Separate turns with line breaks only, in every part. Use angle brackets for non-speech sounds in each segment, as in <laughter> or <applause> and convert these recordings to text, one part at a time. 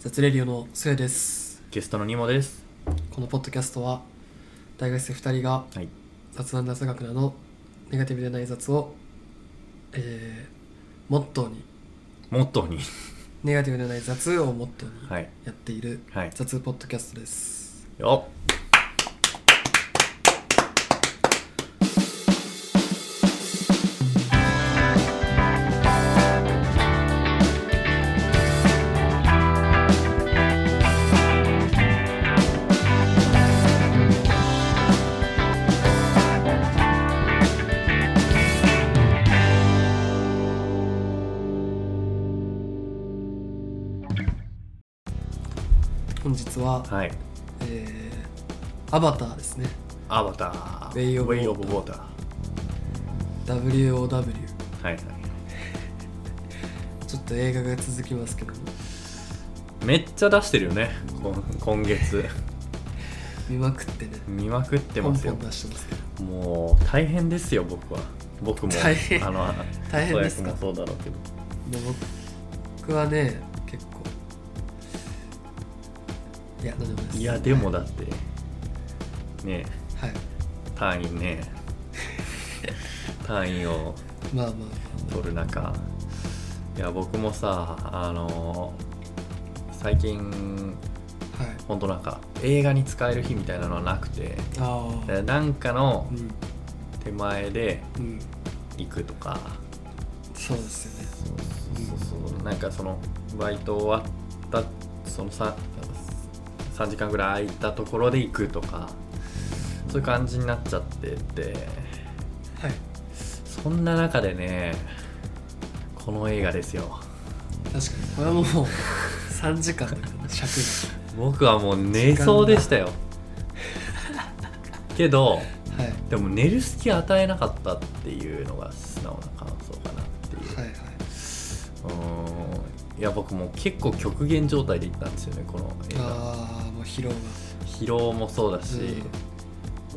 雑レディオのせいです
ゲストのニモです。
このポッドキャストは大学生2人が
はい。
雑談雑学などネガティブでない雑を、えー、モットーに
モットーに。
ネガティブでない雑をモットーに
はい。
やっている
はい。
雑ポッドキャストです
よ
本日は、
っはい。
えー、アバターですね
アバター。
Way of
オブウォーター。
WOW
はいはい。
ちょっと映画が続きますけども
めっちゃ出してるよね。こん今
<laughs>
月。
見まくってね
見まくって
ポ
ま
ン
す
ポ
よ
ン。出してますけど
もう大変ですよ、僕は。僕も。
大変
あの、
大変ですか
もそうだろうけど。
で僕はね結構いや何でもないです
いや、でもだって。ね
はい
え、単位ね。単位を
まあまあま
撮る中いや僕もさあの最近
あはい
本当なんか映画に使える日みたいなのはなくて
ああ
でなんかの
うん
手前で
うん
行くとか
そうですよね
そうそうそうなんかそのバイト終わったその 3, 3時間ぐらい空いたところで行くとかそういう感じになっちゃってて
はい
そんな中でねこの映画ですよ
確かにこれはもう <laughs> 3時間だからね尺
僕はもう寝そうでしたよけど
がはい
でも寝る隙与えなかったっていうのが素直な感想かなっていう,、
はいはいう
ーんいや僕もう結構極限状態で行ったんですよねこの映画
ああもう疲労が
疲労もそうだし、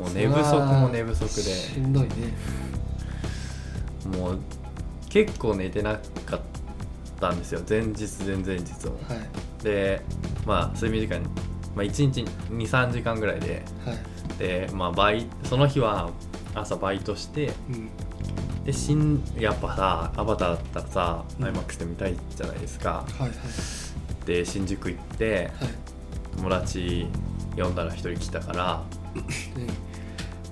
もう寝不
そ
足
れは
も寝不足
し
で
んどいね
もう結構寝てなかったんですよ前日前々日も
はい
でまあ睡眠時間、まあ、1日23時間ぐらいで
はい
で、まあ、バイその日は朝バイトして
うん
でしんやっぱさアバターだったらさ
うん
iMAX で見たいじゃないですか、
はいはい
で新宿行って
はい
友達呼んだら一人来たから
うん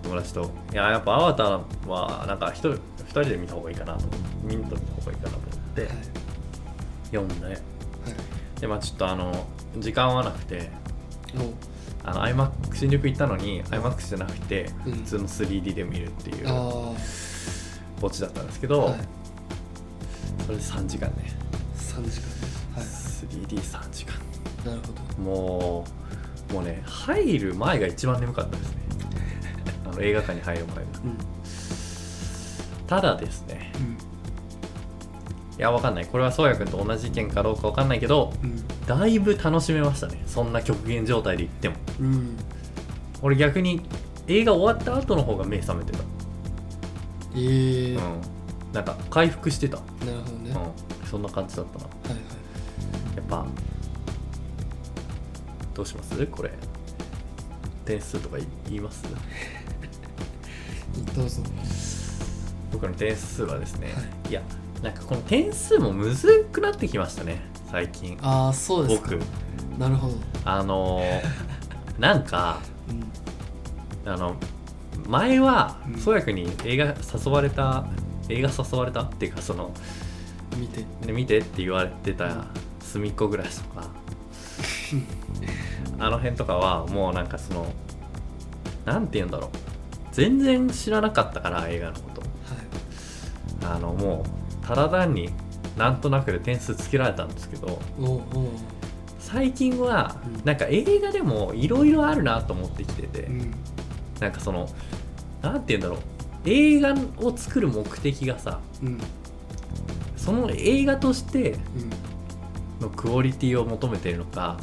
友達といややっぱアバターはなんか一人二人で見た方がいいかなと見んと見た方がいいかなと思って
はい
呼んで
はい
でまあちょっとあの時間はなくて
もう
あの iMAX 新宿行ったのに iMAX じゃなくて
うん
普通の 3D で見るっていう
あ
オチだったんですけ
あ
ど、
はい
それで3時間ね、
3時間ね
3D3 時間
はいなるほど
もうもうね入る前が一番眠かったですね <laughs> あの映画館に入る前が
うん
ただですね
うん
いやわかんないこれはそうやくんと同じ意見かどうかわかんないけど
うん
だいぶ楽しめましたねそんな極限状態で行っても
うん
俺逆に映画終わった後の方が目覚めてた、
ええ
うん、なんか回復してた、
なるほどね、
う
は
ん、そんな感じだったない
はい
やっぱどうしますこれ点数とか言い言います
どうぞ
僕の点数はですね、、
はい
やなんかこの点数もむずくなってきましたね最近
ああそうですか
僕
なるほど、
あ
<laughs>
のーなんか
うん、
あの前は
うん
宗谷君に映画誘われた映画誘われたっていうかその、
見て
ね、見てって言われてた「隅っこ暮らし」と
<laughs>
かあの辺とかはもうなんかそのなんて言うんだろう全然知らなかったから映画のこと
はい
あのもうただ単になんとなくで点数つけられたんですけど
おうおう
最近は
うん
なんか映画でもいろいろあるなと思ってきてて、
うん
なんかそのなんて言うんだろう映画を作る目的がさ
うん
その映画として
うん
のクオリティを求めてるのか
はい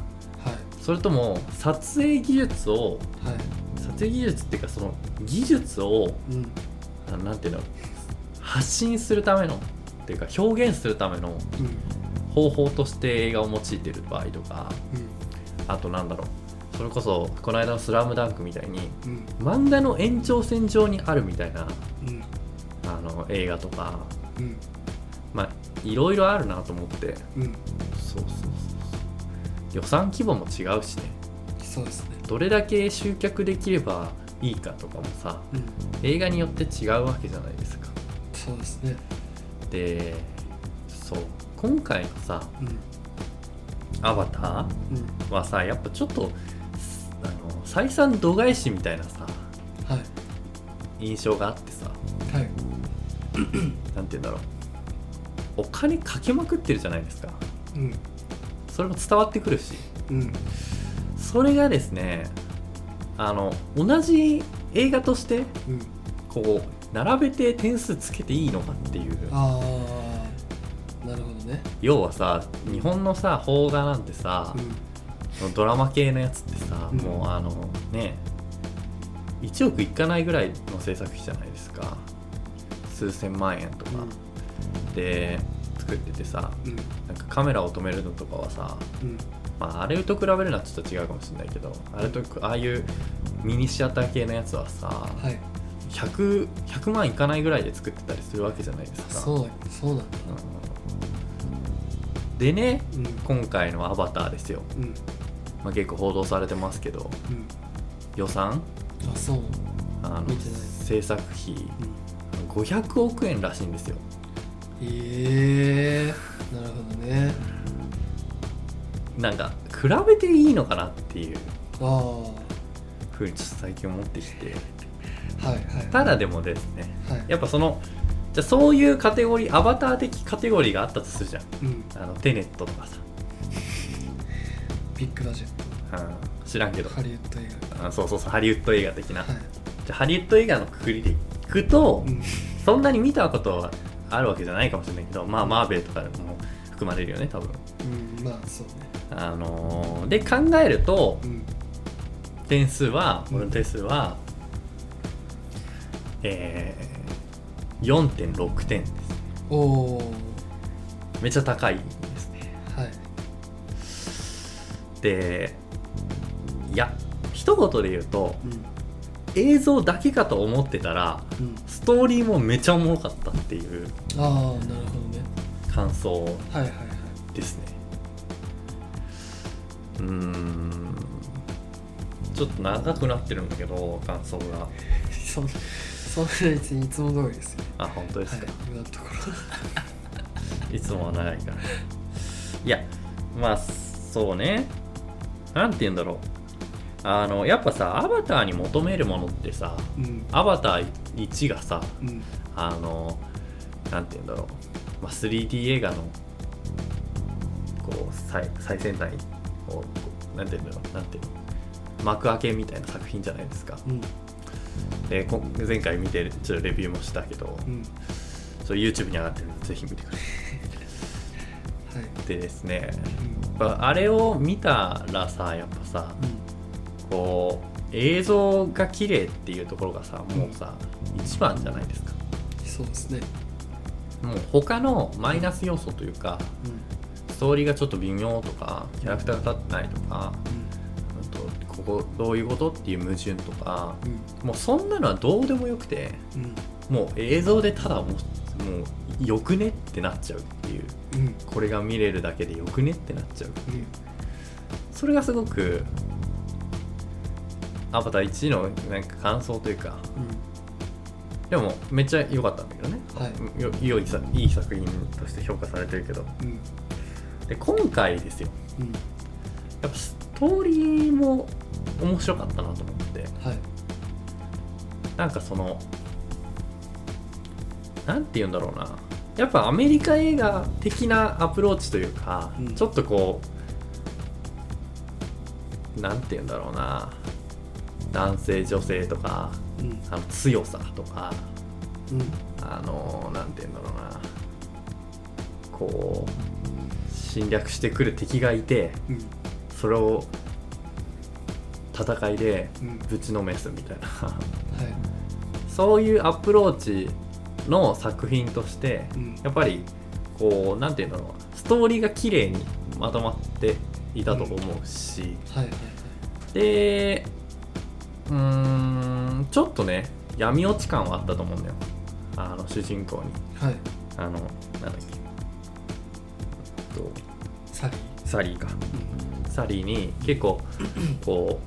それとも撮影技術を
は
撮影技術っていうかその技術を
いうん
あなんて言うんだろう発信するためのっていうか表現するための
うん
方法として映画を用いてる場合とかあとなんだろうそれこそこの間の「スラムダンクみたいに
うんうん
漫画の延長線上にあるみたいな
うん
あの映画とか
うん
まあいろいろあるなと思って
うん
そうそうそうそう予算規模も違うしね
そうですね
どれだけ集客できればいいかとかもさ
うん
映画によって違うわけじゃないですか
そうですね
でそう今回のさ
うん
「アバター」
うん
はさやっぱちょっとすあの採算度外視みたいなさ
はい
印象があってさ
はい
なんて言うんだろうお金かけまくってるじゃないですか
うん
それも伝わってくるし
うん
それがですねあの同じ映画として
うん
こう並べて点数つけていいのかっていう
ああなるほどね
要はさ日本のさ邦画なんてさ、
う
ドラマ系のやつってさ、
うん
もうあのね1億いかないぐらいの制作費じゃないですか数千万円とかで作っててさ
うんうん
なんかカメラを止めるのとかはさ、
うん
まあ、あれと比べるのはちょっと違うかもしれないけどあれとああいうミニシアター系のやつはさ
はい
100, 100万いかないぐらいで作ってたりするわけじゃないですか。
そうだそうなんだ
うんでね
うん
今回の「アバター」ですよ、
うん
まあ、結構報道されてますけど
うん
予算
あそう
あの
見てない
制作費
うん
500億円らしいんですよ
ええなるほどね
なんか比べていいのかなっていう
ああは
ふうにちょっと最近思ってきて
いはい
ただでもですね
はい
やっぱそのじゃあそういうカテゴリーアバター的カテゴリーがあったとするじゃん
うん
あのテネットとかさ、
ビッグバジェッ
うん、知らんけ
ト
ど
ハリウッド映
あそうそうそうハリウッド映画的な
画はい
じゃあハリウッド映画のくくりでいくと、
うん
そんなに見たことはあるわけじゃないかもしれないけどまあマーベルとかでも含まれるよね多分
うんまあそうね
あのーで考えると
うん
点数は
うん
俺の点数は、えー、4.6点です
おお
めっちゃ高いですね
はい
でいや一言で言うと
うん
映像だけかと思ってたら
うん
ストーリーもめちゃおもろかったっていう
ああなるほどね
感想
はいはいはい
ですねうーんちょっと長くなってるんだけど感想が
そんそんな別にいつも通りですよ
あ本当で
は
す
い
か、
今のとこ
いつもは長いから。いや、まあ、そうね。なんて言うんだろう。あの、やっぱさ、アバターに求めるものってさ、
ろうん
アバター1がさ、
うん
あの、なんて言うんだろう。まあ、3D 映画の、こう、最最先端を、こうなんて言うんだろう。なんて言うの。幕開けみたいな作品じゃないですか。
うん
で、こ前回見てる、ちょっとレビューもしたけど、
うん
それ YouTube に上がってるんで、ぜひ見てくださ
はい
い。でですね、
うん
やっぱあれを見たらさやっぱさこう映像が綺麗っていうところがさもうさ一番じゃないですか
うんそうですね
もう他のマイナス要素というか
うん
ストーリーがちょっと微妙とかキャラクターが立ってないとかうんとここどういうことっていう矛盾とかもうそんなのはどうでもよくて
うんうん
もう映像でただもうもうよくねってなっちゃうっていう
うんうん
これが見れるだけでよくねってなっちゃう
うん
それがすごくアバター1のなんか感想というかでもめっちゃ良かったんだけどね、
はい
よ良いさいい作品として評価されてるけど
うん
で今回ですよ
うん
やっぱストーリーも面白かったなと思って
はい
なんかそのなんて言うんだろうなやっぱアメリカ映画的なアプローチというか、
うん
ちょっとこうなんて言うんだろうな男性女性とか
うん
あの強さとか
うん
あのなんて言うんだろうなこう侵略してくる敵がいて
うん
それを戦いで
うん
ぶちのめすみたいな <laughs>
はい
そういうアプローチの作品として
うん
やっぱりこうなんて言うんだろうなストーリーが綺麗にまとまっていたと思うし、
はいはい
でうーんちょっとね闇落ち感はあったと思うんだよあの主人公に
はいはい
あのなんだっけえっと
サリー
サリーかサリーに結構こ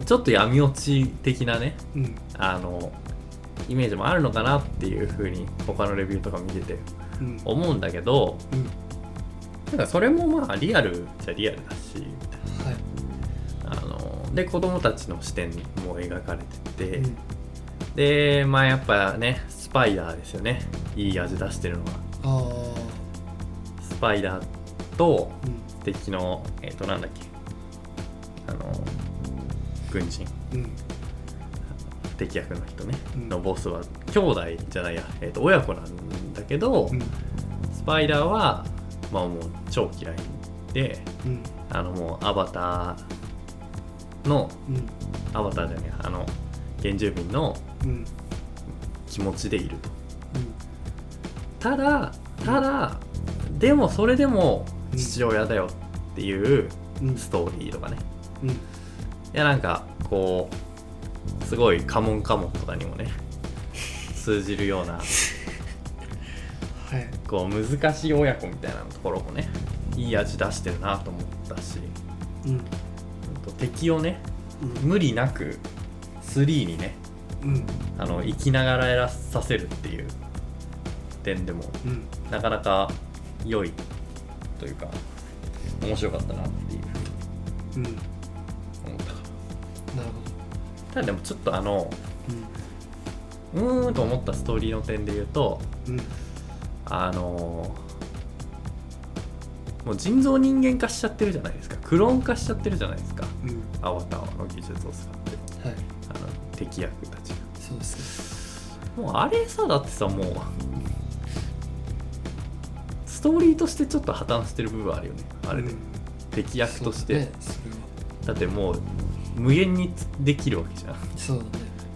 うちょっと闇落ち的なね
うん、うん
あのイメージもあるのかなっていうふうに他のレビューとか見てて
うん
思うんだけど
うん
なんかそれもまあリアルじゃリアルだしみたい
はい
なあので子供たちの視点も描かれてて、
うん
でまあやっぱねスパイダーですよねいい味出してるのは
ああ
スパイダーと
う
敵のえっ、となんだっけあの軍人
んうん
敵役の人ね、
うん
のボスは兄弟じゃないや、えー、と親子なんだけど、
うん
スパイダーは、まあ、もう超嫌いで
うん
あのもうアバターの
うん
アバターじゃないあの原住民の
うん
気持ちでいるとただただでもそれでも
うん
父親だよっていう
うんうん
ストーリーとかね
うん
いやなんかこうすごい「カモンカモン」とかにもね
<laughs>
通じるような
はい
こう難しい親子みたいなところもねいい味出してるなと思ったし
うん
ほんと敵をね
うん
無理なく3にね
うん
あの生きながらやらさせるっていう点でも
うん
なかなか良いというか面白かったなっていう
うん
思ったか
なるほ
らただでもちょっとあの
ど
うーんと思ったストーリーの点で言うと
うんうん
あのもう人造人間化しちゃってるじゃないですかクローン化しちゃってるじゃないですか
うん
アバターの技術を使って
はい
あの敵役たち
そうです
がもうあれさだってさもうストーリーとしてちょっと破綻してる部分あるよねあれで、
うん
敵役として、
そうだねそれは
だってもう無限にできるわけじゃん
そうだね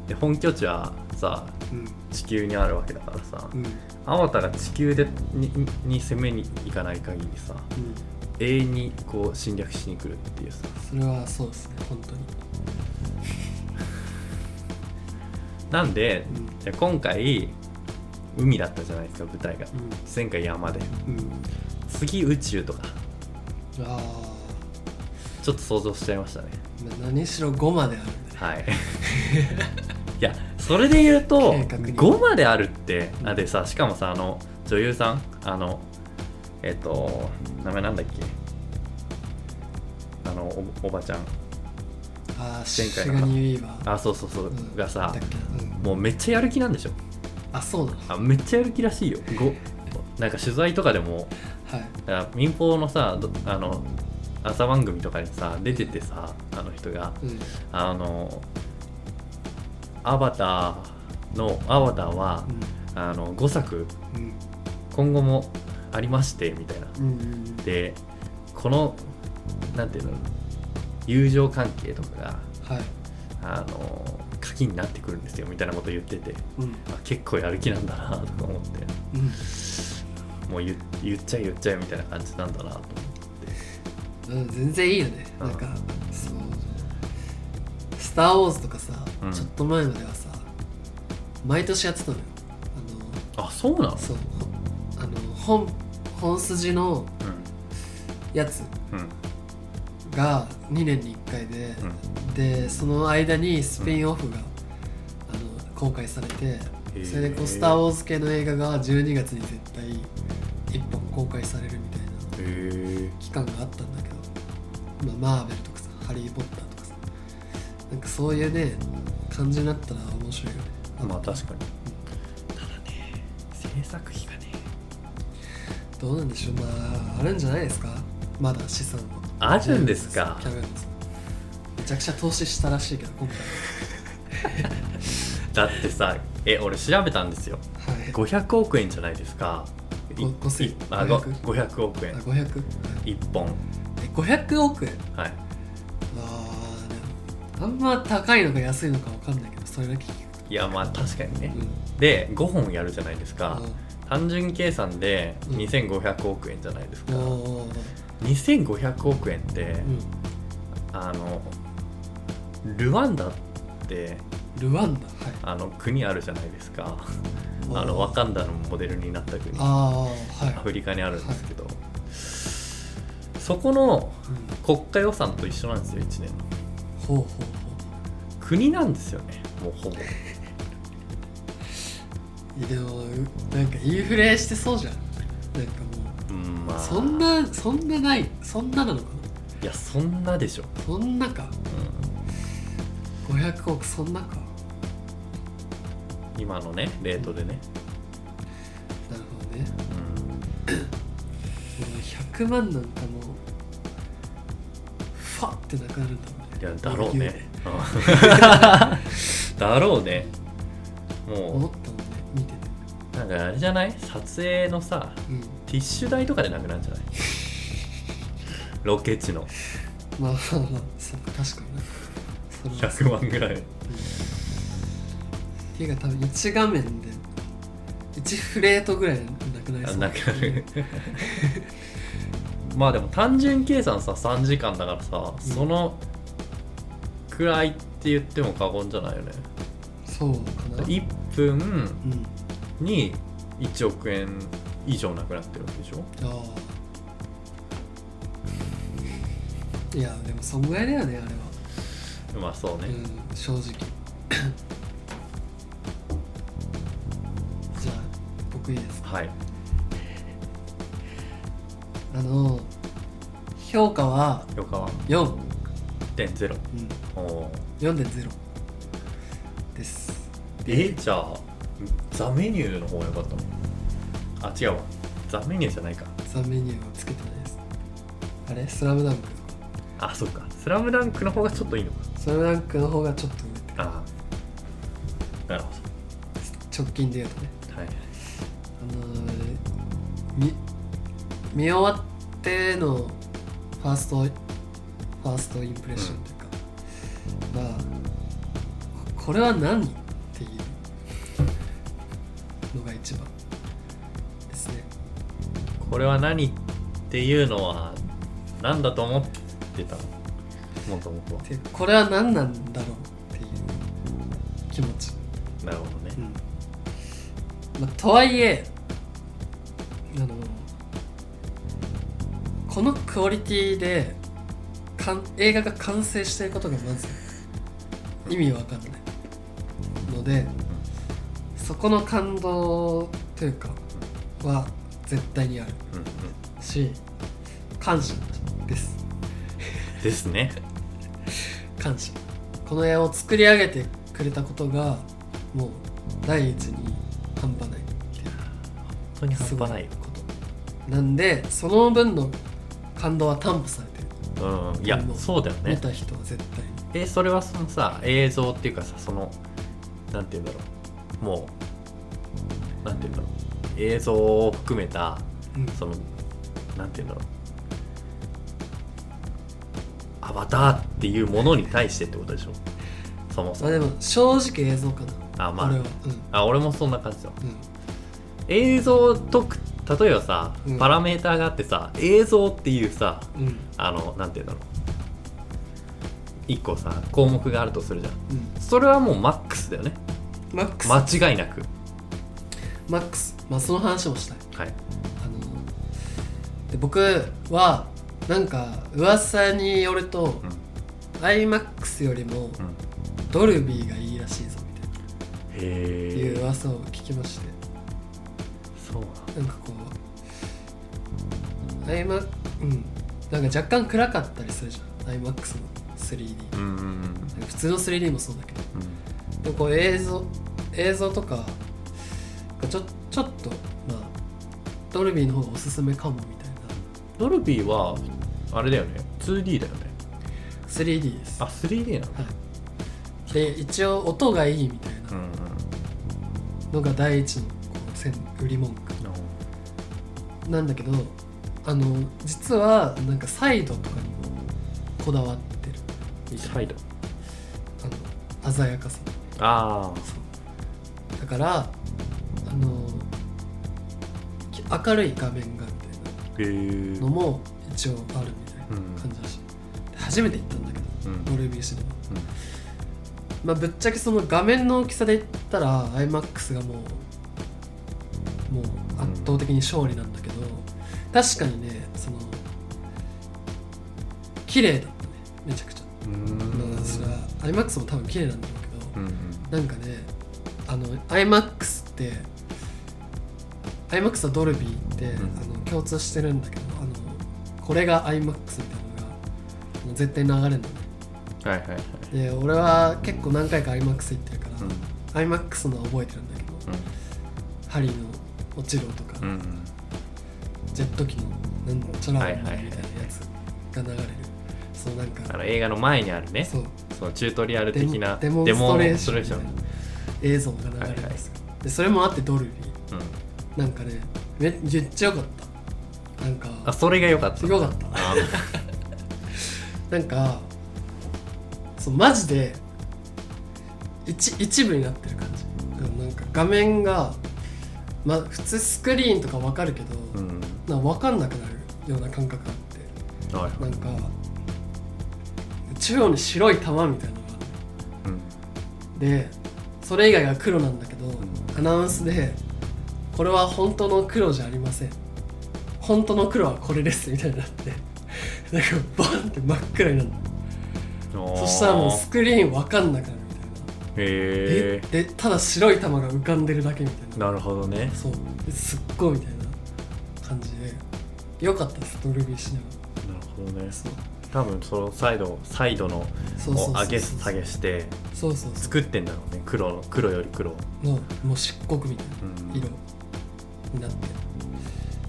で本拠地はさ
うん
地球にあるわけだからさ、
うん
アバターが地球でにに攻めに行かない限りさ
うん
永遠にこう侵略しに来るっていうさ
それはそうですね本当に
なんで
うん
じゃあ今回海だったじゃないですか舞台が前回山で
うんうん
次宇宙とか
あ
ちょっと想像しちゃいましたね
ーまあ何しろ5まであるんだね
はい <laughs> いやそれで言うと
計画に
5まであるって
うん
あでさしかもさあの女優さんあのえっと名前なんだっけあのおおばちゃん
ああシ
前回
ュ
の
ガニーウィーバー
あそうそうそう、
うん
がさ
だっけうん
もうめっちゃやる気なんでしょ
あそうなの
あめっちゃやる気らし
<laughs>
いよごなんか取材とかでも
はい
だから民放のさどあの朝番組とかにさ出ててさあの人が
うん
あのアバターのアバターは、あの5作
うん
今後もありましてみたいな
うんうん
でこのなんていうの友情関係とかが
はい
あの鍵になってくるんですよみたいなこと言ってて
うん
あ結構やる気なんだなとか思って
うん
もう言言っちゃえ言っちゃえみたいな感じなんだなと思って
うん、全然いいよね
うん
なんかそう「スター・ウォーズ」とかさ、
うん
ちょっと前まではさ毎年やってたのよ
あそうなの
あのそうあの本本筋のやつ
うんうん
が2年に1回で、
うん
でその間にスピンオフが、あの公開されて
ー
それでこう「スター・ウォーズ」系の映画が12月に絶対1本公開されるみたいな
へえ
期間があったんだけど、まあ、マーベルとかさ「ハリー・ポッター」とかさなんかそういうね感じになったら面白いよね
まあ確かにただね制作費がね
どうなんでしょうまああるんじゃないですかまだ資産は
あるんですか
キャメロンさんめちゃくちゃ投資したらしいけど今
だってさえ俺調べたんですよ
回はい
500億円じゃないですかい
ご5000
いあご
500
500億円
あ500はい
1本
え500億円
はい
あーでもあんま高いのか安いのかわかんないけどそれだけ聞く
いやまあ確かにね
うん
で5本やるじゃないです
あ
か単純計算で
うん
2500億円じゃないですか、
おー
2500億円って、
うん
あのルワンダって
ルワンダはい
あの国あるじゃないですか
おー
あのワカンダのモデルになった国ア
ああはい
フリカにあるんですけど、そこの
うん
国家予算と一緒なんですよ1年の
ほうほうほ
国なんですよねもうほぼ
ういやでもうなんかインフレしてそうじゃんなんかも
うんま
う
あ
そんなそんなないそんななのか
いやそんなでしょ、
なそんなか500億そんなか
うん今のねレートでね、
なるほどねも
う
う
ん
100万なんかもうファッてなくなるんだろうね
いやだろうね、うんだろうね
思っ
も
たもんね見てて
うなんかあれじゃない撮影のさ
うん
ティッシュ代とかでなくなるんじゃないロケ地の
まあまあまあそっか確かになそれは
100万ぐらい
ていうか多分1画面で1フレートぐらいなくなり
あ
そう
なくなるまあでも単純計算さ3時間だからさ、
ん
そのくらいって言っても過言じゃないよね
そうかな
1分
うん
に1億円以上なくなってるわけでしょ
ああいやでもそんぐらいだよねあれは、
まあそうね、
うん正直じゃあ僕いいですか
はい
あの評価は
横浜
4、うん、
1.0おー
4.0です
えじゃあザメニューの方が良かったのあ違うわザメニューじゃないか
ザメニューはつけてないですあれスラムダンク
あそっかスラムダンクの方がちょっといいのか
スラムダンクの方がちょっと上って感
ああなるほ
じ直近で言うとね
どはい
あのーみ見終わってのファーストファーストインプレッションというか、まあこれは何っていうのが一番ですね
これは何っていうのは何だと思ってたのもともとは
でこれは何なんだろうっていう気持ち、
なるほどね
まあ、とはいえあのこのクオリティでかん映画が完成していることがまず意味わかんないのでそこの感動というかは絶対にある
うんうん
し感謝です
ですね
感謝この絵を作り上げてくれたことがもう第一に半端ないっていう
本当に半端ないよ
なんでその分の感動は担保されてる、
うんいやそうだよ
見
ね
た人は絶対に
えそれはそのさ映像っていうかさそのなんて言うんだろうもうなんて言うんだろう映像を含めた
うん
そのなんて言うんだろうアバターっていうものに対してってことでしょそもそ
まあ
も
でも正直映像かな
あま
俺
あ
は
あ俺もそんな感じだわ
うんうん
映像とく例えばさ
うん
パラメーターがあってさ映像っていうさ
うん
あのなんて言うんだろう一個さ項目があるとするじゃん
うん
それはもうマックスだよね
マックス、
間違いなく
マックスまあその話もしたい
はい
あので僕はなんか噂によると、
うん
iMAX よりも
うん
ドルビーがいいらしいぞみたいな
へ
いう
え
噂を聞きまして
そうな
なん
ん
かこう iMac うんなんか若干暗かったりするじゃん iMAX の 3D
うんうんうん
普通の 3D もそうだけど
うん
でもこう映像映像とかがちょちょっとまあドルビーの方がおすすめかもみたいな
ドルビーはあれだよね 2D だよね
3D です
あ 3D なの
はいで一応音がいいみたい
うん
な
うん
のが第一のこうせん売り文句なんだけどあの実はなんかサイドとかにもこだわってるみたいな
サイド
あの鮮やかさ
ああ
そうだからあの明るい画面がみたい
へえ
なのも一応あるみたいな感じだし、で初めて行ったんだけど
うん
ドルビーシネマまあぶっちゃけその画面の大きさで言ったら iMAX がもうもう圧倒的に勝利なんだけど、確かにねその綺麗だったねめちゃくちゃ、
うん
まあそれは iMAX も多分綺麗なんだろうけど、
うん
なんかねあの iMAX って iMAX とドルビーって、
うん
あの共通してるんだけどあのこれが iMAX みたいなのがあの絶対流れるのね
はいはいはい
で俺は結構何回か iMAX 行ってるから、
うん
iMAX のは覚えてるんだけど、ハリーの落ちろとか、
うんうん
ジェット機のなんちゃら
はいはいはい
みたいなやつが流れる、そうなん
あ
か
の映画の前にあるね
そう
そのチュートリアル
デモ
的な
デモンストレーション
デモ
み
ンス
たい
ト
な
レ
映像が流れる
ー
んですよ、でそれもあってドルビー
ション
なんかねめめっちゃ良かったなんか
うんあそれが良かった
すごかった
あ
なんかそうマジで一一部になってる感じうんなんか画面がまあ普通スクリーンとかわかるけど、
うん
なんか分かんなくなるような感覚があっ
はい
てなんか中央に白い玉みたいなのがある
うん
でそれ以外が黒なんだけど、
ん
アナウンスで「これは本当の黒じゃありません本当の黒はこれです」みたいになって <laughs> なんかバンって真っ暗になる
おー
そしたらもうスクリーン分かんなくなるみたいな
へ
えでただ白い玉が浮かんでるだけみたい
え
な
なるほどね
そうですっごいみたいな感じでよかったですドルビーシネ
なるほどね多分そのサイドサイドのを
マそうそうそうそう
上げ下げして
そうそうそ
作ってんだろうね黒の黒より黒を
うのもう漆黒みたいな
うん
色になっ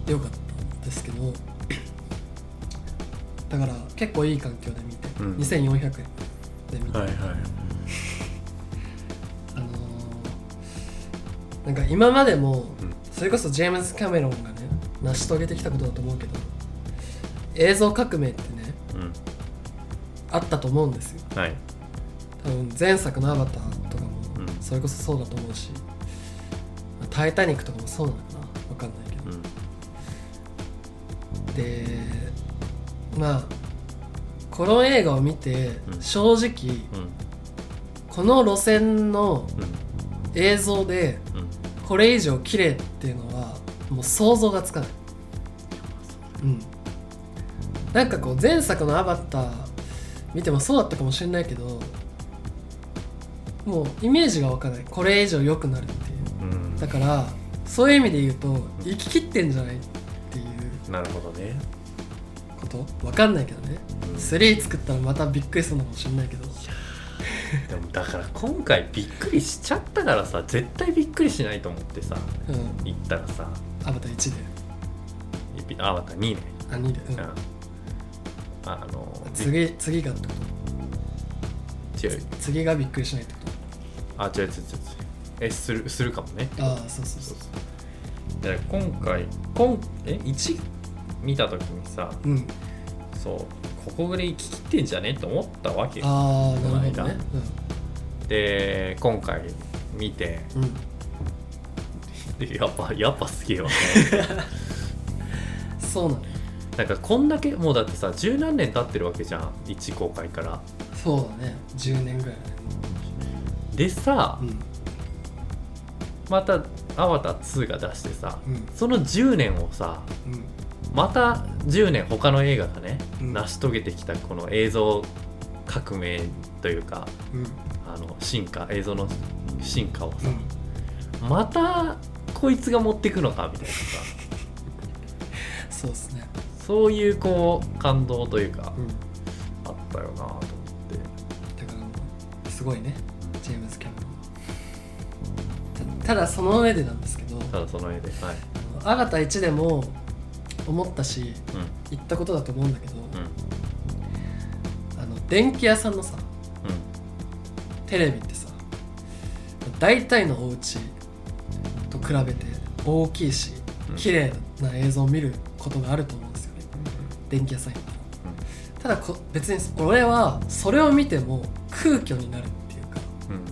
てよかったんですけど <clears throat> だから結構いい環境で見て、
うん
2400円で見て、
はいはい
あのーなんか今までも
うん
それこそジェームズ・キャメロンがね成し遂げてきたことだと思うけど映像革命ってね
うん
あったと思うんですよ
はい
多分前作の「アバター」とかも
うん
それこそそうだと思うし「タイタニック」とかもそうなのかな分かんないけど
うん
でまあこの映画を見て
うん
正直
うん
この路線の
う
映像で
んうん
これ以上綺麗っていうのはもう想像がつかないうんなんかこう前作の「アバター」見てもそうだったかもしれないけどもうイメージが湧かないこれ以上良くなるっていう
うん
だからそういう意味で言うと生ききってんじゃないっていう
なるほどね
ことわかんないけどね
うん
3作ったらまたびっくりするのかもしれないけど
でもだから今回びっくりしちゃったからさ絶対びっくりしないと思ってさ
うん
行ったらさ
アバター1で
いびあまた2ね
あ2で、うん
うんあのび
次次がってこ
違う
と次がびっくりしないってこと
あ違う違う違う違うえするするかもね
ああそうそう
そ
そう
そうで今回今え1見た時にさ
ううん
そうここで生き切ってんじゃねと思ったわけよ
ああなるほ
この
ど
間
ね
で今回見て
うんうん
でやっぱやっぱすげえわ <laughs>
そうなのよ
なんかこんだけもうだってさ十何年経ってるわけじゃん1公開から
そうだね10年ぐらいだね
でさ、
うん
また「アバター2」が出してさ、
うん
その10年をさ
うん
また10年他の映画がね、
うん
成し遂げてきたこの映像革命というか
うん
あの進化映像の進化をさ
う、ん
またこいつが持ってくのかみたいなさ
そうですね
そういうこう感動というか
うんだ
あったよなと思って
からすごいねジェームズ・キャメロンはたただその上でなんですけど
ただその絵ではい
「アバター1」でも思ったし言ったことだと思うんだけど、
うんうん
あの電気屋さんのさテレビってさ大体のお家と比べて大きいし
うん
綺麗な映像を見ることがあると思うんですよね電気屋さん行ったらただこ別に俺はそれを見ても空虚になるっていうか
うんうん
「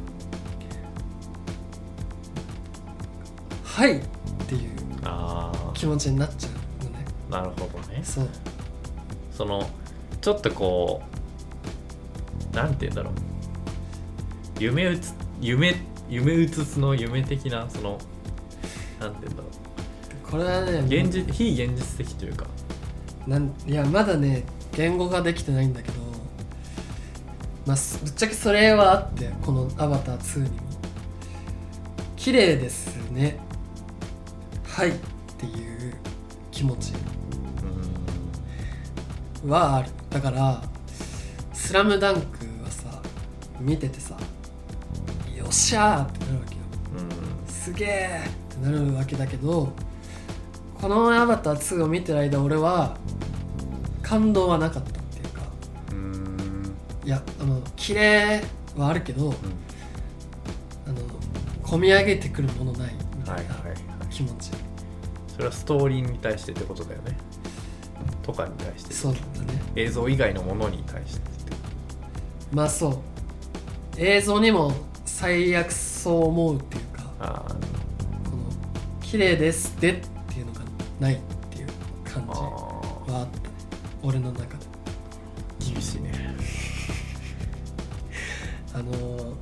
はい」っていう
ああ
気気持ちになっちゃうのね
なるほどね
そう
そのちょっとこうなんて言うんだろう夢うつ夢夢うつつの夢的なそのなんて言うんだろう
これはね
現実非現実的というか
なんいやまだね言語化できてないんだけどまあすぶっちゃけそれはあってこの「アバター2」にも「綺麗ですね」「はい」っていう気持ち
う
はあるだから「スラムダンクはさ見ててさ「よっしゃー!」ってなるわけよ
んうん
すげえってなるわけだけどこの「アバター2」を見てる間俺は感動はなかったっていうか
うん
いやあの綺麗はあるけどあの込み上げてくるものないみ
は
た
いはい
いな
はい
気持ち、
それはストーリーに対してってことだよねとかに対して
そうだったね
映像以外のものに対してって
まあそう映像にも最悪そう思うっていうか
あー
この「綺麗ですで」っていうのがないっていう感じは
あ
あったね俺の中で
ー厳しいね
あのー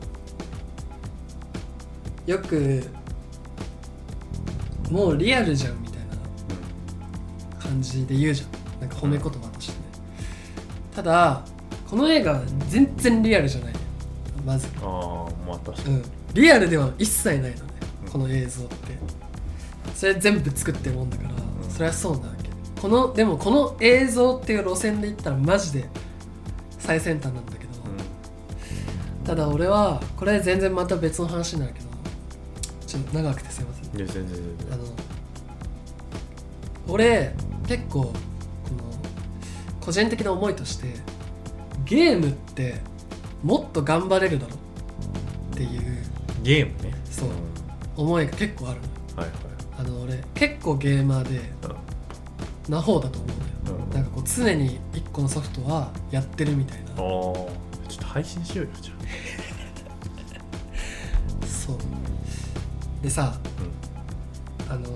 よくもうリアルじゃんみたいな感じで言うじゃんなんか褒め言葉としてね、ただこの映画は全然リアルじゃないまず
ああまあ確
う
かに
んリアルでは一切ないのね
うん
この映像ってそれ全部作ってるもんだから
ん
それはそうなわけこのでもこの映像っていう路線で言ったらマジで最先端なんだけど、ただ俺はこれ全然また別の話になるけどちょっと長くてすいません
うんいや全然全
あ
然
の俺結構この個人的な思いとしてゲームってもっと頑張れるだろっていう
ゲームね
そうん思いが結構あるのよ
はいはい
あの俺結構ゲーマーでな方だと思うのよ
うんうん
なんかこう常に一個のソフトはやってるみたいな
ああちょっと配信しようよじゃ
そうでさ
あ
あの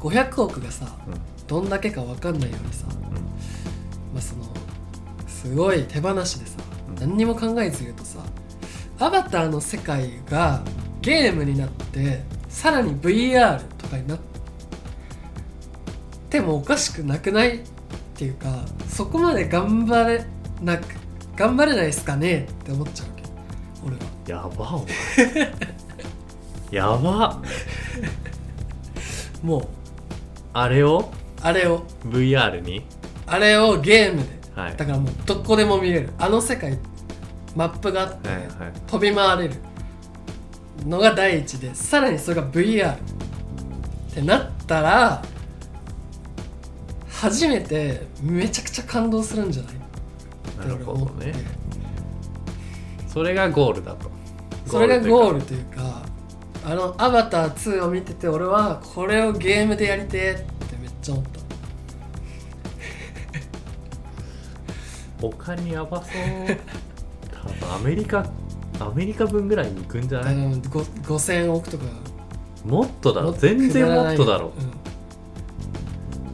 500億がさ
うんうん
どんだけか分かんないようにさ、
うん
まあ、そのすごい手放しでさ
うん
何にも考えず言うとさアバターの世界がゲームになってさらに VR とかになってもおかしくなくないっていうかそこまで頑張れなく頑張れないっすかねって思っちゃうわけ俺は
やばお前
<laughs>
やば
もう
あれを
あれを
VR に
あれをゲームで
はい
だからもうどこでも見れるあの世界マップがあって、
はいはい
飛び回れるのが第一でさらにそれが VR ってなったら初めてめちゃくちゃ感動するんじゃないって
な
俺は
るほ
思
ど
って、
ねそれがゴールだと
それがゴー
ル
ルというかあの「アバター2」を見てて俺はこれをゲームでやりてえってめっちゃ思った
他にやばそう多分アメリカアメリカ分ぐらいに行くんじゃ
あ
ない
のご5000億とか
もっとだろ
もっと
全然もっとだ
う
ろ
ん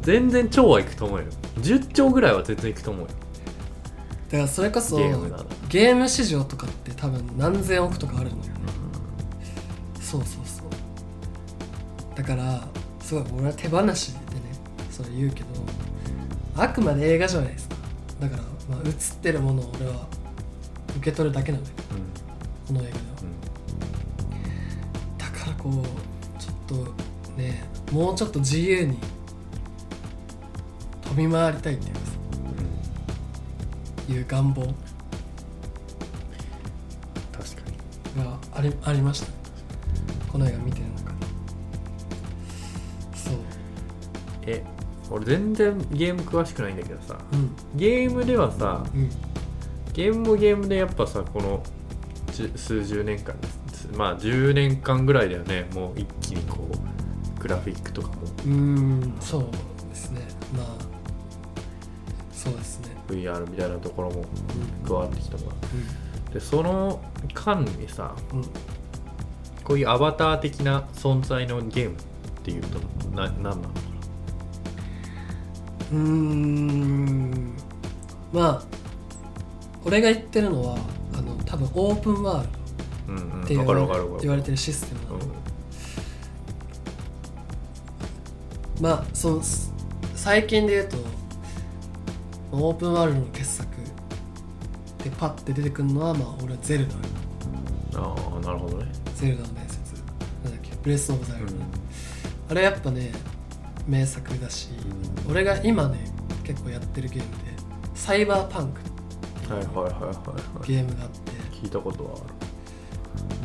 全然超はいくと思うよ10兆ぐらいは全然いくと思うよ
だからそれこそ
ゲームなの
ゲーム市場とかって多分何千億とかあるのよねそうそうそうだからすごい俺は手放しでねそれ言うけどあくまで映画じゃないですかだから、まあ、映ってるものを俺は受け取るだけなんだよ
うん
この映画では
うん
だからこうちょっとねもうちょっと自由に飛び回りたいっていうかさ
うん
いう願望
確かに
がありありましたこの映画見てる中でそう
え俺全然ゲーム詳しくないんだけどさ
うん
ゲームではさ
うん
ゲームもゲームでやっぱさこのじゅ数十年間ですまあ10年間ぐらいだよねもう一気にこうグラフィックとかも
うーんそうですねまあそうですね
VR みたいなところも
う
加わってきたから
ん
でその間にさ
うんうん
こういうアバター的な存在のゲームっっていうとな何なのか
うーんまあ俺が言ってるのはあの多分オープンワール
なうんうん
ドって言
わか
わ
る
れ
わかるわかる
言われてるシステムな
う
の
ん、
まあそのす最近で言うとオープンワールドの傑作でパッて出てくるのはまあ俺はゼルダ
ああなるほどね、
ゼルダの伝説なんだっけブレス・オブ・ザ・イルド、
う
あれやっぱね名作だし俺が今ね結構やってるゲームでサイバーパンクって
ん、はいはいはいはいはい
ゲームがあって
聞いたことはある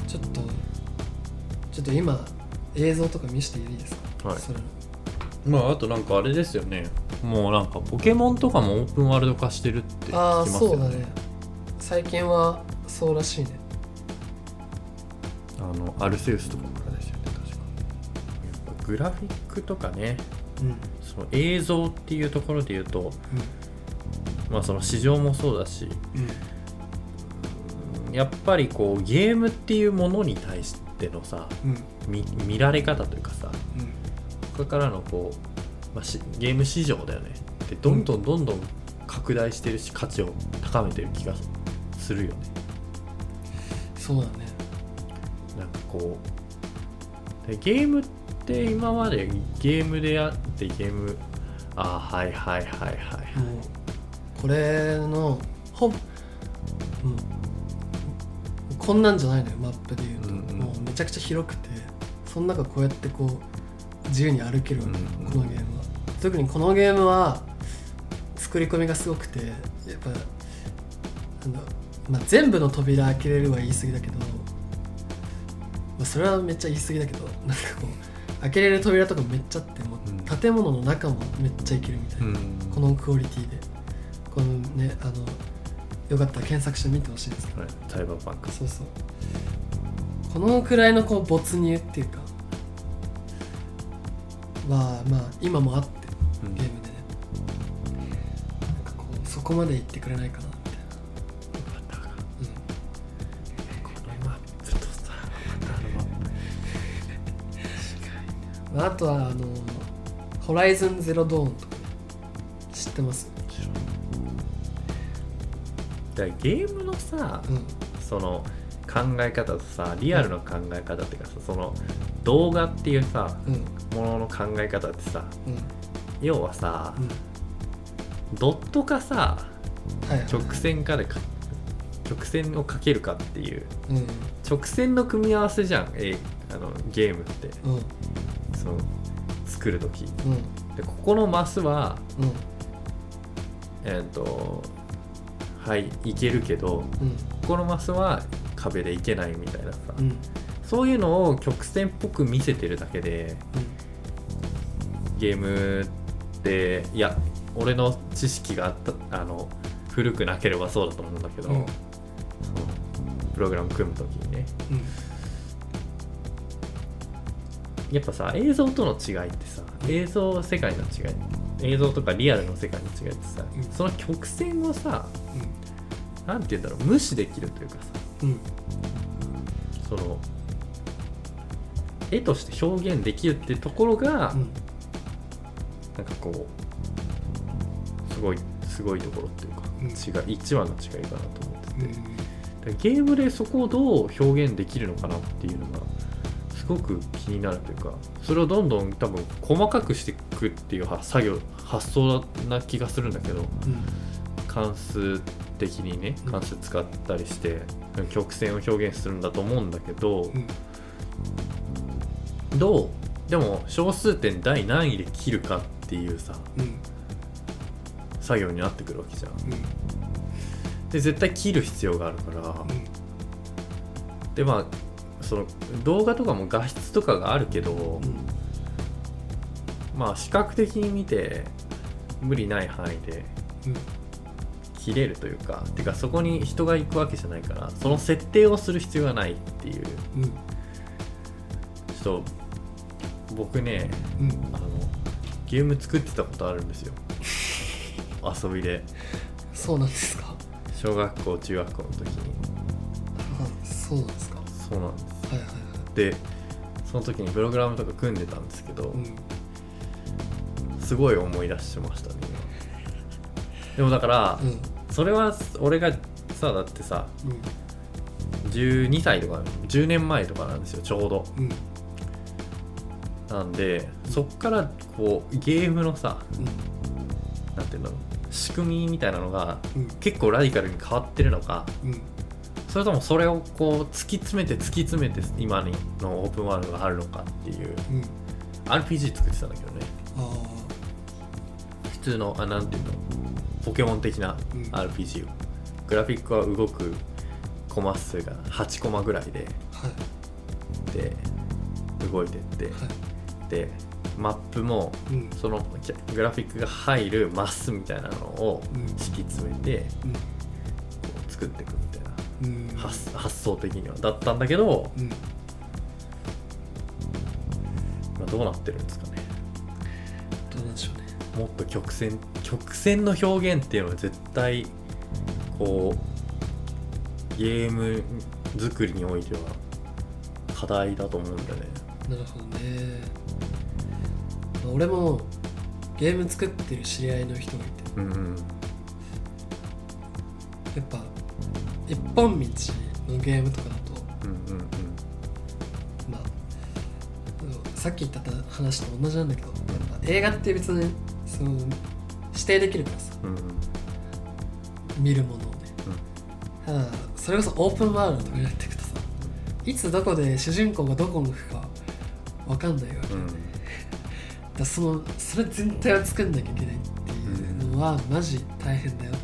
ちょっとちょっと今映像とか見せていいですか、
はい
それ
まああとなんかあれですよねもうなんかポケモンとかもオープンワールド化してるって聞き
ああ
ますよ
そう
ね
だね最近はそうらしいね
あのアルセウスとかからですよね確かやっぱグラフィックとかね
うん、うん、
その映像っていうところで言うとまあその市場もそうだしやっぱりこうゲームっていうものに対してのさ
うんうん
見見られ方というかさこれからのこう、まあ、しゲーム市場だよねでどんどんどんどん拡大してるし価値を高めてる気がするよね
そうだね
なんかこうでゲームって今までゲームであってゲームあーはいはいはいはい
もうこれのほぼ、うん、こんなんじゃないのよマップでいうと、
うんうん
もうめちゃくちゃ広くてその中こうやってこう自由に歩けるわけ、
うんうん
このゲームは特にこのゲームは作り込みがすごくてやっぱあの、まあ、全部の扉開けれるは言い過ぎだけど、まあ、それはめっちゃ言い過ぎだけどなんかこう開けれる扉とかめっちゃあっても
うん
う建物の中もめっちゃいけるみたいな。
うん
このクオリティでこのねあのよかったら検索してみてほしいんですけ
はいサイバーパンク
どそうそうこのくらいのこう没入っていうかはまあ今もあって
うん
ゲームでねなんかこうそこまで行ってくれないかなみたい
またこ
な、
のマップとさまたあのマップ
うんまあ、あとはあの「ホライズンゼロドーンとかね知ってます
だからゲームのさ
うん
その考え方とさリアルの考え方っていうかさその動画っていうさ
うん
ものの考え方ってさ
うん
要はさ
うん
ドットかさ
はいはい
直線かでか直線をかけるかっていう
うん
直線の組み合わせじゃん、えあのゲームって
うん
その作る時
うん
でここのマスは
うん
えっ、とはいいけるけど
うん
ここのマスは壁でいけないみたいなさ、
うんうん
そういうのを曲線っぽく見せてるだけでゲームっていや俺の知識があったあの古くなければそうだと思うんだけど、
うん
そのプログラム組む時にね
うん
やっぱさ映像との違いってさ映像世界の違い映像とかリアルの世界の違いってさ、
うん
その曲線をさなんて言うんだろう無視できるというかさ
うんうん
その絵として表現できるってところが、
うん
なんかこうすごいすごいところっていうか、
うん
違い一番の違いかなと思ってて、だか
う
らゲームでそこをどう表現できるのかなっていうのがすごく気になるというかそれをどんどん多分細かくしていくっていうは作業発想な気がするんだけど
ん
関数的にね
うん
関数使ったりして曲線を表現するんだと思うんだけど、
うん
どうでも小数点第何位で切るかっていうさ
うん
作業になってくるわけじゃん。
うん
で絶対切る必要があるから
うん
でまあその動画とかも画質とかがあるけど、まあ視覚的に見て無理ない範囲で
うん
切れるというかてかそこに人が行くわけじゃないからその設定をする必要がないっていうち
うん
ょっと僕ね
うん
あのゲーム作ってたことあるんですよ遊びで
そうなんですか
小学校中学校の時に
あそうなんですかは
そうなんです
いはいはい
でその時にプログラムとか組んでたんですけど、
うん
すごい思い出してましたねでもだから、
うん
それは俺がさだってさ
うん
12歳とか10年前とかなんですよちょうど
うん
なんでそっからこうゲームのさなんていうんだろう仕組みみたいなのが
うん
結構ラディカルに変わってるのか
うん
それともそれをこう突き詰めて突き詰めて今にのオープンワールドがあるのかっていう
うん
RPG 作ってたんだけどね
ああ
普通のあなんていうのポケモン的な
うん
RPG を、グラフィックは動くコマ数が8コマぐらいで
はい
で動いてって
は
でマップも
いうん
そのキャグラフィックが入るマスみたいなのを
うん
敷き詰めて
う
こう作っていくみたいなん
うん
発発想的にはだったんだけど、
うん
まあ、どうなってるんですかね
どうなんでしょうね
もっと曲線曲線の表現っていうのは絶対こうゲーム作りにおいては課題だと思うんだよね
なるほどねまあ俺もゲーム作ってる知り合いの人がいて
うんうん
やっぱ一本道のゲームとかだと
うんうん
まあうんさっき言った話と同じなんだけどやっぱ映画って別にその指定できるからさ
うんうん
見るものをね、ただそれこそオープンワールドとかになっていくとさいつどこで主人公がどこに行くかわかんないわけ、だ
うん
からそのそれ全体を作んなきゃいけないっていうのは、マジ大変だよって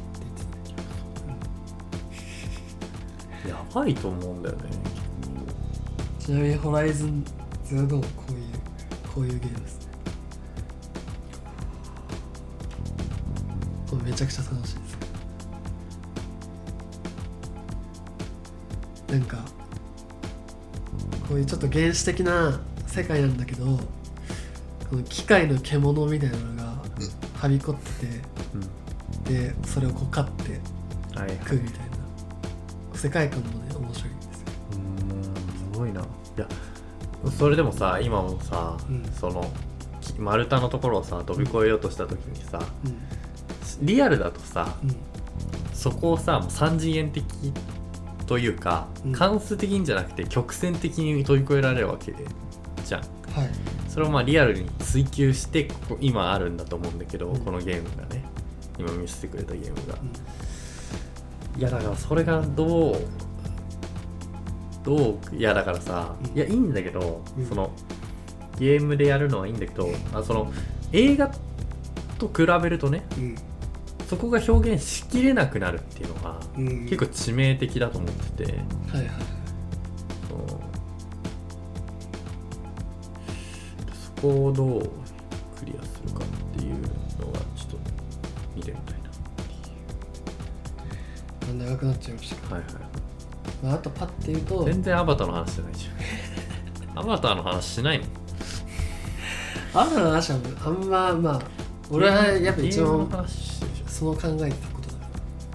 言ってた
やばいと思うんだよね
ちなみに「ホライズンゼロドーンこういうこういうゲームですねこれめちゃくちゃ楽しいですなんかこういうちょっと原始的な世界なんだけどこの機械の獣みたいなのがはびこって
うん
てでそれをこう飼って
はいはい
食うみたいな世界観もね面白いんですよ
うんすごいないやそれでもさ今もさ、
うん
そのき丸太のところをさ飛び越えようとした時にさ
う
リアルだとさ
んうん
そこをさもう三次元的というか、
うん
関数的にじゃなくて曲線的に飛び越えられるわけじゃん
はい
それをまあリアルに追求してここ今あるんだと思うんだけど、
うん
このゲームがね今見せてくれたゲームが、
うん
いやだからそれがどうどういやだからさ、
うん
いやいいんだけど、
うん
そのゲームでやるのはいいんだけどあその映画と比べるとね
うん
そこが表現しきれなくなるっていうのが
うん
結構致命的だと思って
は
て、
いはいはい
そのそこをどうクリアするかっていうのがちょっと見てみたいな
まあ長くなっちゃいましたけ
はいはい
ど、まあ、あとパッて言うと
全然アバターの話じゃないじゃ
<laughs>
んアバターの話しないの
ある話はあんままあ俺はやっぱ一
ゲームの
番
話してるじ
そう考えてたこと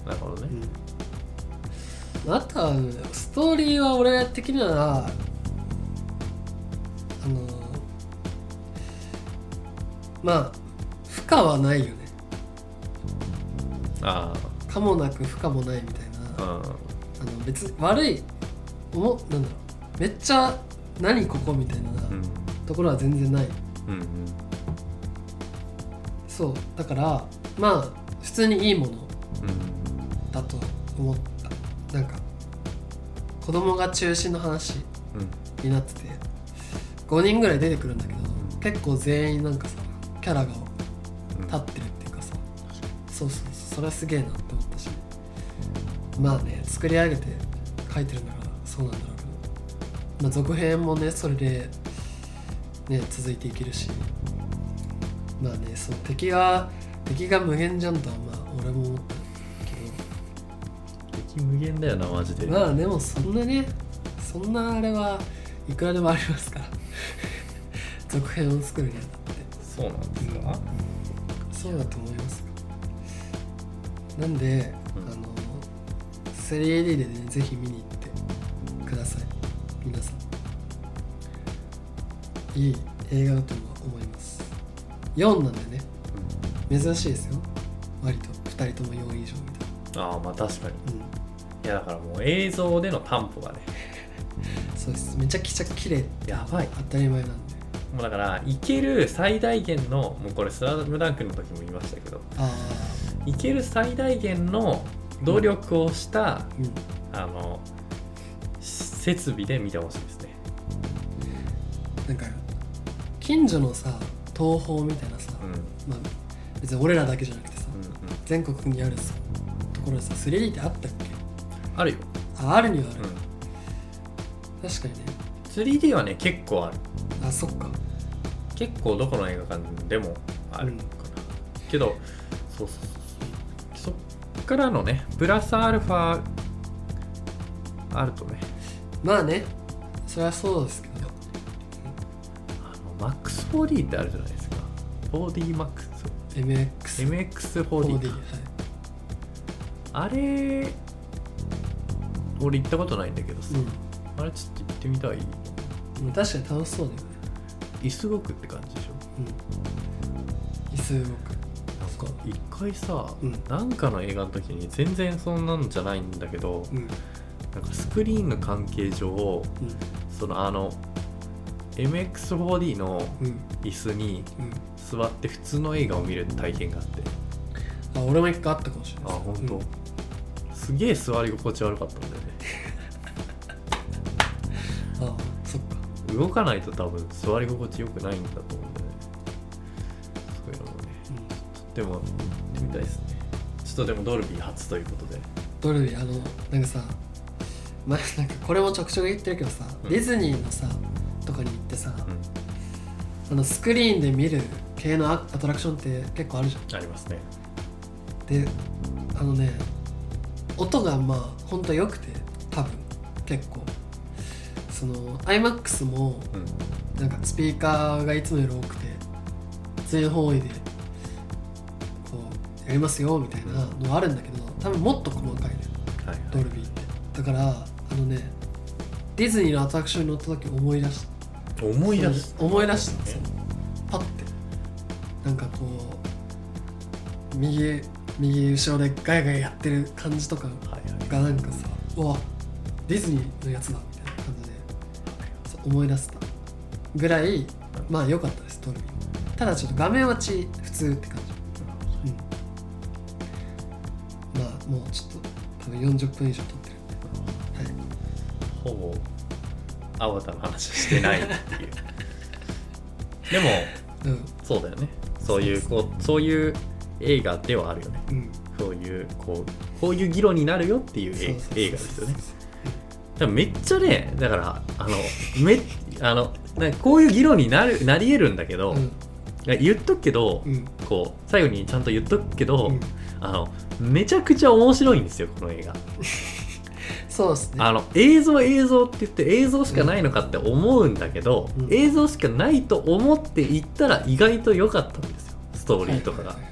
だから、
ゃんなるほどね
まあ、あとはストーリーは俺的にはあのまあ負荷はないよね
あ
可もなく不可もないみたいなあ
あ
の別に悪いおもなんだろうめっちゃ何ここみたいな
うん
ところは全然ない、
うんうん
そうだからまあ普通にいいもの
う
だと思ったなんか子供が中心の話
ん
になってて5人ぐらい出てくるんだけど結構全員なんかさキャラが
うん
立ってるっていうかさそうそうそうそれはすげえなって思ったしまあね作り上げて書いてるんだからそうなんだろうけど、まあ、続編もねそれでね続いていけるしまあねその敵が敵が無限じゃんとはまあ俺も思ったけ
敵無限だよなマジで、
どまあでもそんなねそんなあれはいくらでもありますから続編を作るにあたって
そうなんですか
そうだと思いますなんで、
うん
あの 3D でねぜひ見に行ってください皆さんいい映画だと思います4なんでね珍しいですよ割と2人とも4以上みたい
ああまあ確かに
な、
いやだからもう映像での担保がね
うん、そうですめちゃくちゃ綺麗
やばい
当たり前なんで
もうだからいける最大限のもうこれ「スラムダンクの時も言いましたけど
あ
いける最大限の努力をした、
あうん
あの設備で見てほしいですね
なんか近所のさ東宝みたいなさ、
うんうん
まあ、別に俺らだけじゃなくてさ全国にあるさところでさ 3D ってあったっけ
うんあるよ、
ああるにはあ
う
る、
ん、
確かにね
3D はね結構ある
あそっか
結構どこの映画館でもあるかな、けどそうそうそうそうそっからのねプラスアルファあるとね
まあねそれはそうですけど
あの MAX4D ってあるじゃないですか 4DMAX
MX4D
MX4D
はい
かあれ俺行ったことないんだけどさ、
う
あれちょっと行ってみた
ん、
い
うん、確かに楽しそうだよね、
椅子動くって感じでしょ
うん、椅子動く
なんか一回さ、
うん
なんかの映画の時に全然そんなんじゃないんだけど、
うん
なんかスクリーンの関係上そのあの MX4D の
うんうん
椅子に
うん
座って普通の映画を見る体験があって
あ俺も一回あったかもしれ
あ
ない
本当、すげえ座り心地悪かったんだよね
当、うんあそっか
動かないと多分座り心地良くないんだと思うんだよねそういうのもね
うん
でも行ってみたいですねちょっとでもドルビー初ということで
ドルビーあのなんかさ前なんかこれもちょくちょく言ってるけどさ、
うん
ディズニーのさとかに行ってさ、
う
あのスクリーンで見る系のアアトラクションって結構あるじゃん
んありますね
であのね音がまあ本当は良くて多分結構その iMAX も
うん
なんかスピーカーがいつもより多くて全方位でこうやりますよみたいなのはあるんだけど多分もっと細かいね
はい
ド
は
ルビーってだからあのねディズニーのアトラクションに乗った時思い出した
い思い出す
そう思い出したそうパッてなんかこう右右後ろでガヤガヤやってる感じとか
はいはい
がなんかさうわディズニーのやつだみたいな感じでそう思い出せたぐらいまあ良かったですドルビーもただちょっと画面はち普通って感じうんまあもうちょっと多分40分以上撮ってるんで、はい、
ほぼアバターの話をしてないって <laughs> いうでも
うん
そうだよねそういう
そ
こうそういう映画ではあるよね
うん
そういうこうこういう議論になるよっていう
そう
映
そうそう
映画ですよねだからめっちゃねだからあのめあのなんかこういう議論になるなり得るんだけど、
うん
言っとくけど、
うん
こう最後にちゃんと言っとくけど、
うん
あのめちゃくちゃ面白いんですよこの映画、
そうですね
あの映像映像って言って映像しかないのかって思うんだけど、
うん
映像しかないと思って行ったら意外と良かったんですよストーリーとかが、
はいはい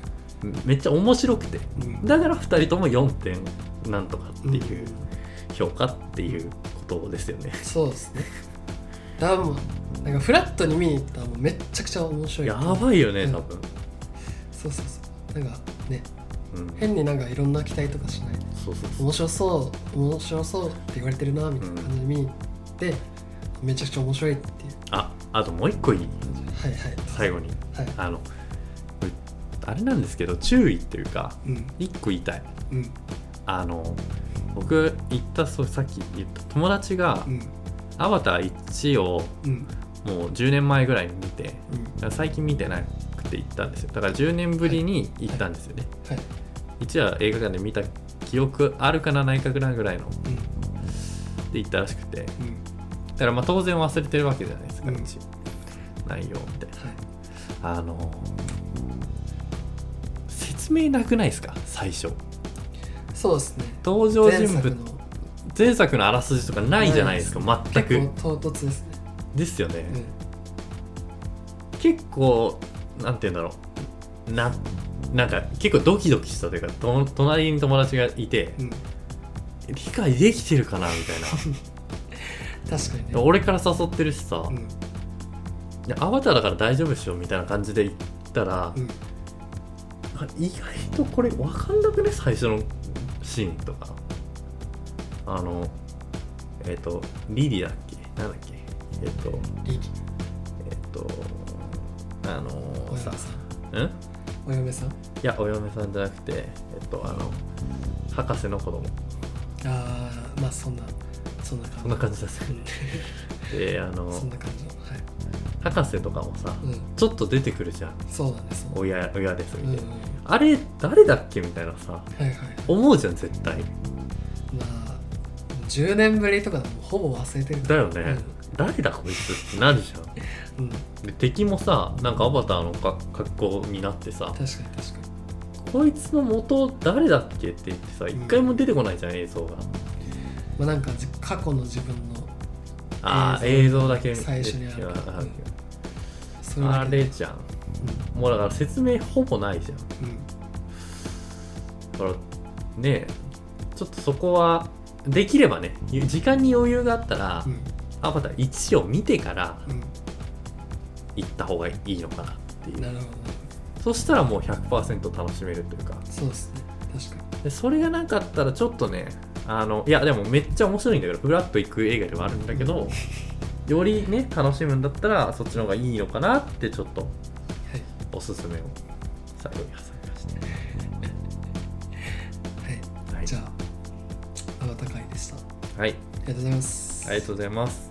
めっちゃ面白くて
はいうん
だから2人とも4点なんとかっていう
うん
評価っていうことですよね、
そうですねだからもうなんかフラットに見に行ったらもうめっちゃくちゃ面白い
やばいよね
うん
多分、
そうそうそうなんかね
うん
変になんかいろんな期待とかしない
そうそうそう
面白そう面白そうって言われてるなみたいな感じで見に行って、めちゃくちゃ面白いっていう
ああともう一個いい
感じはいはい
最後に
はい
あのうあれなんですけど注意っていうか
うん
1個言いたい
うん
あの僕言ったそうさっき言った友達が
うん
「アバター1」を
うん
もう10年前ぐらいに見てだ
うん
から最近見てなくて行ったんですよだから10年ぶりに行ったんですよね、
はい
一話映画館で見た記憶あるかなないかぐらいぐらいの
うん
で行ったらしくてだ
うん
からまあ当然忘れてるわけじゃないですか、
うん
一応内容みたい
はい
なあの説明なくないですか最初
そうですね
登場人
前
物
作の
前作のあらすじとかないじゃないですか全
結
く
構唐突ですね
ですよね、
うん
結構なんて言うんだろうななんか結構ドキドキしたというかと隣に友達がいて、
うん
理解できてるかなみたい
確かに
な
ね <laughs>
俺から誘ってるしさ、
うん
でアバターだから大丈夫っしょみたいな感じで言ったら、
うん
あ意外とこれ分かんなくね最初のシーンとかあのえっ、とリリだっけなんだっけえっ、と
リリ
えっ、とあの
お
さ
嫁さん
うんい
お嫁さん
やお嫁さんじゃなくてえっ、とあの博士の子供
ああまあそんなそんな
そんな
感
感じだった
じうん
であの
そんな感じは
博士とかもさ、
いうん
ちょっと出てくるじゃん
そうなんですう
親親ですみ
ん
た
う
い
ん
な、
はい
あれ誰だっけみたいなさ
はいはい
思うじゃん絶対
まあ10年ぶりとかでもほぼ忘れてる
だよね、誰だこいつってなるじゃん
うん、うん、
で敵もさなんかアバターのか格好になってさ
確かに確かに
こいつの元誰だっけって言ってさ一回も出てこないじゃん映像が
まあなんかじ過去の自分の
ああ映像だけ
最初にある
あ
からうんそ
あ
で
れじゃんもうだから説明ほぼないじゃんだ
うん
からねえちょっとそこはできればね時間に余裕があったら、
うん
アバター1を見てから
うん、
行った方がいいのかなっていう
うん、なるほど
そしたらもう100%楽しめるというか
そうですね確か
でそれがなかったらちょっとねあのいやでもめっちゃ面白いんだけどフラッと行く映画ではあるんだけど、よりね楽しむんだったらそっちの方がいいのかなってちょっと
はい
おすすめを最後に挟みまし
に
た、
はい
はい、
じゃあ、あなた会でした。あ
はい、
りがとうございます。
ありがとうございます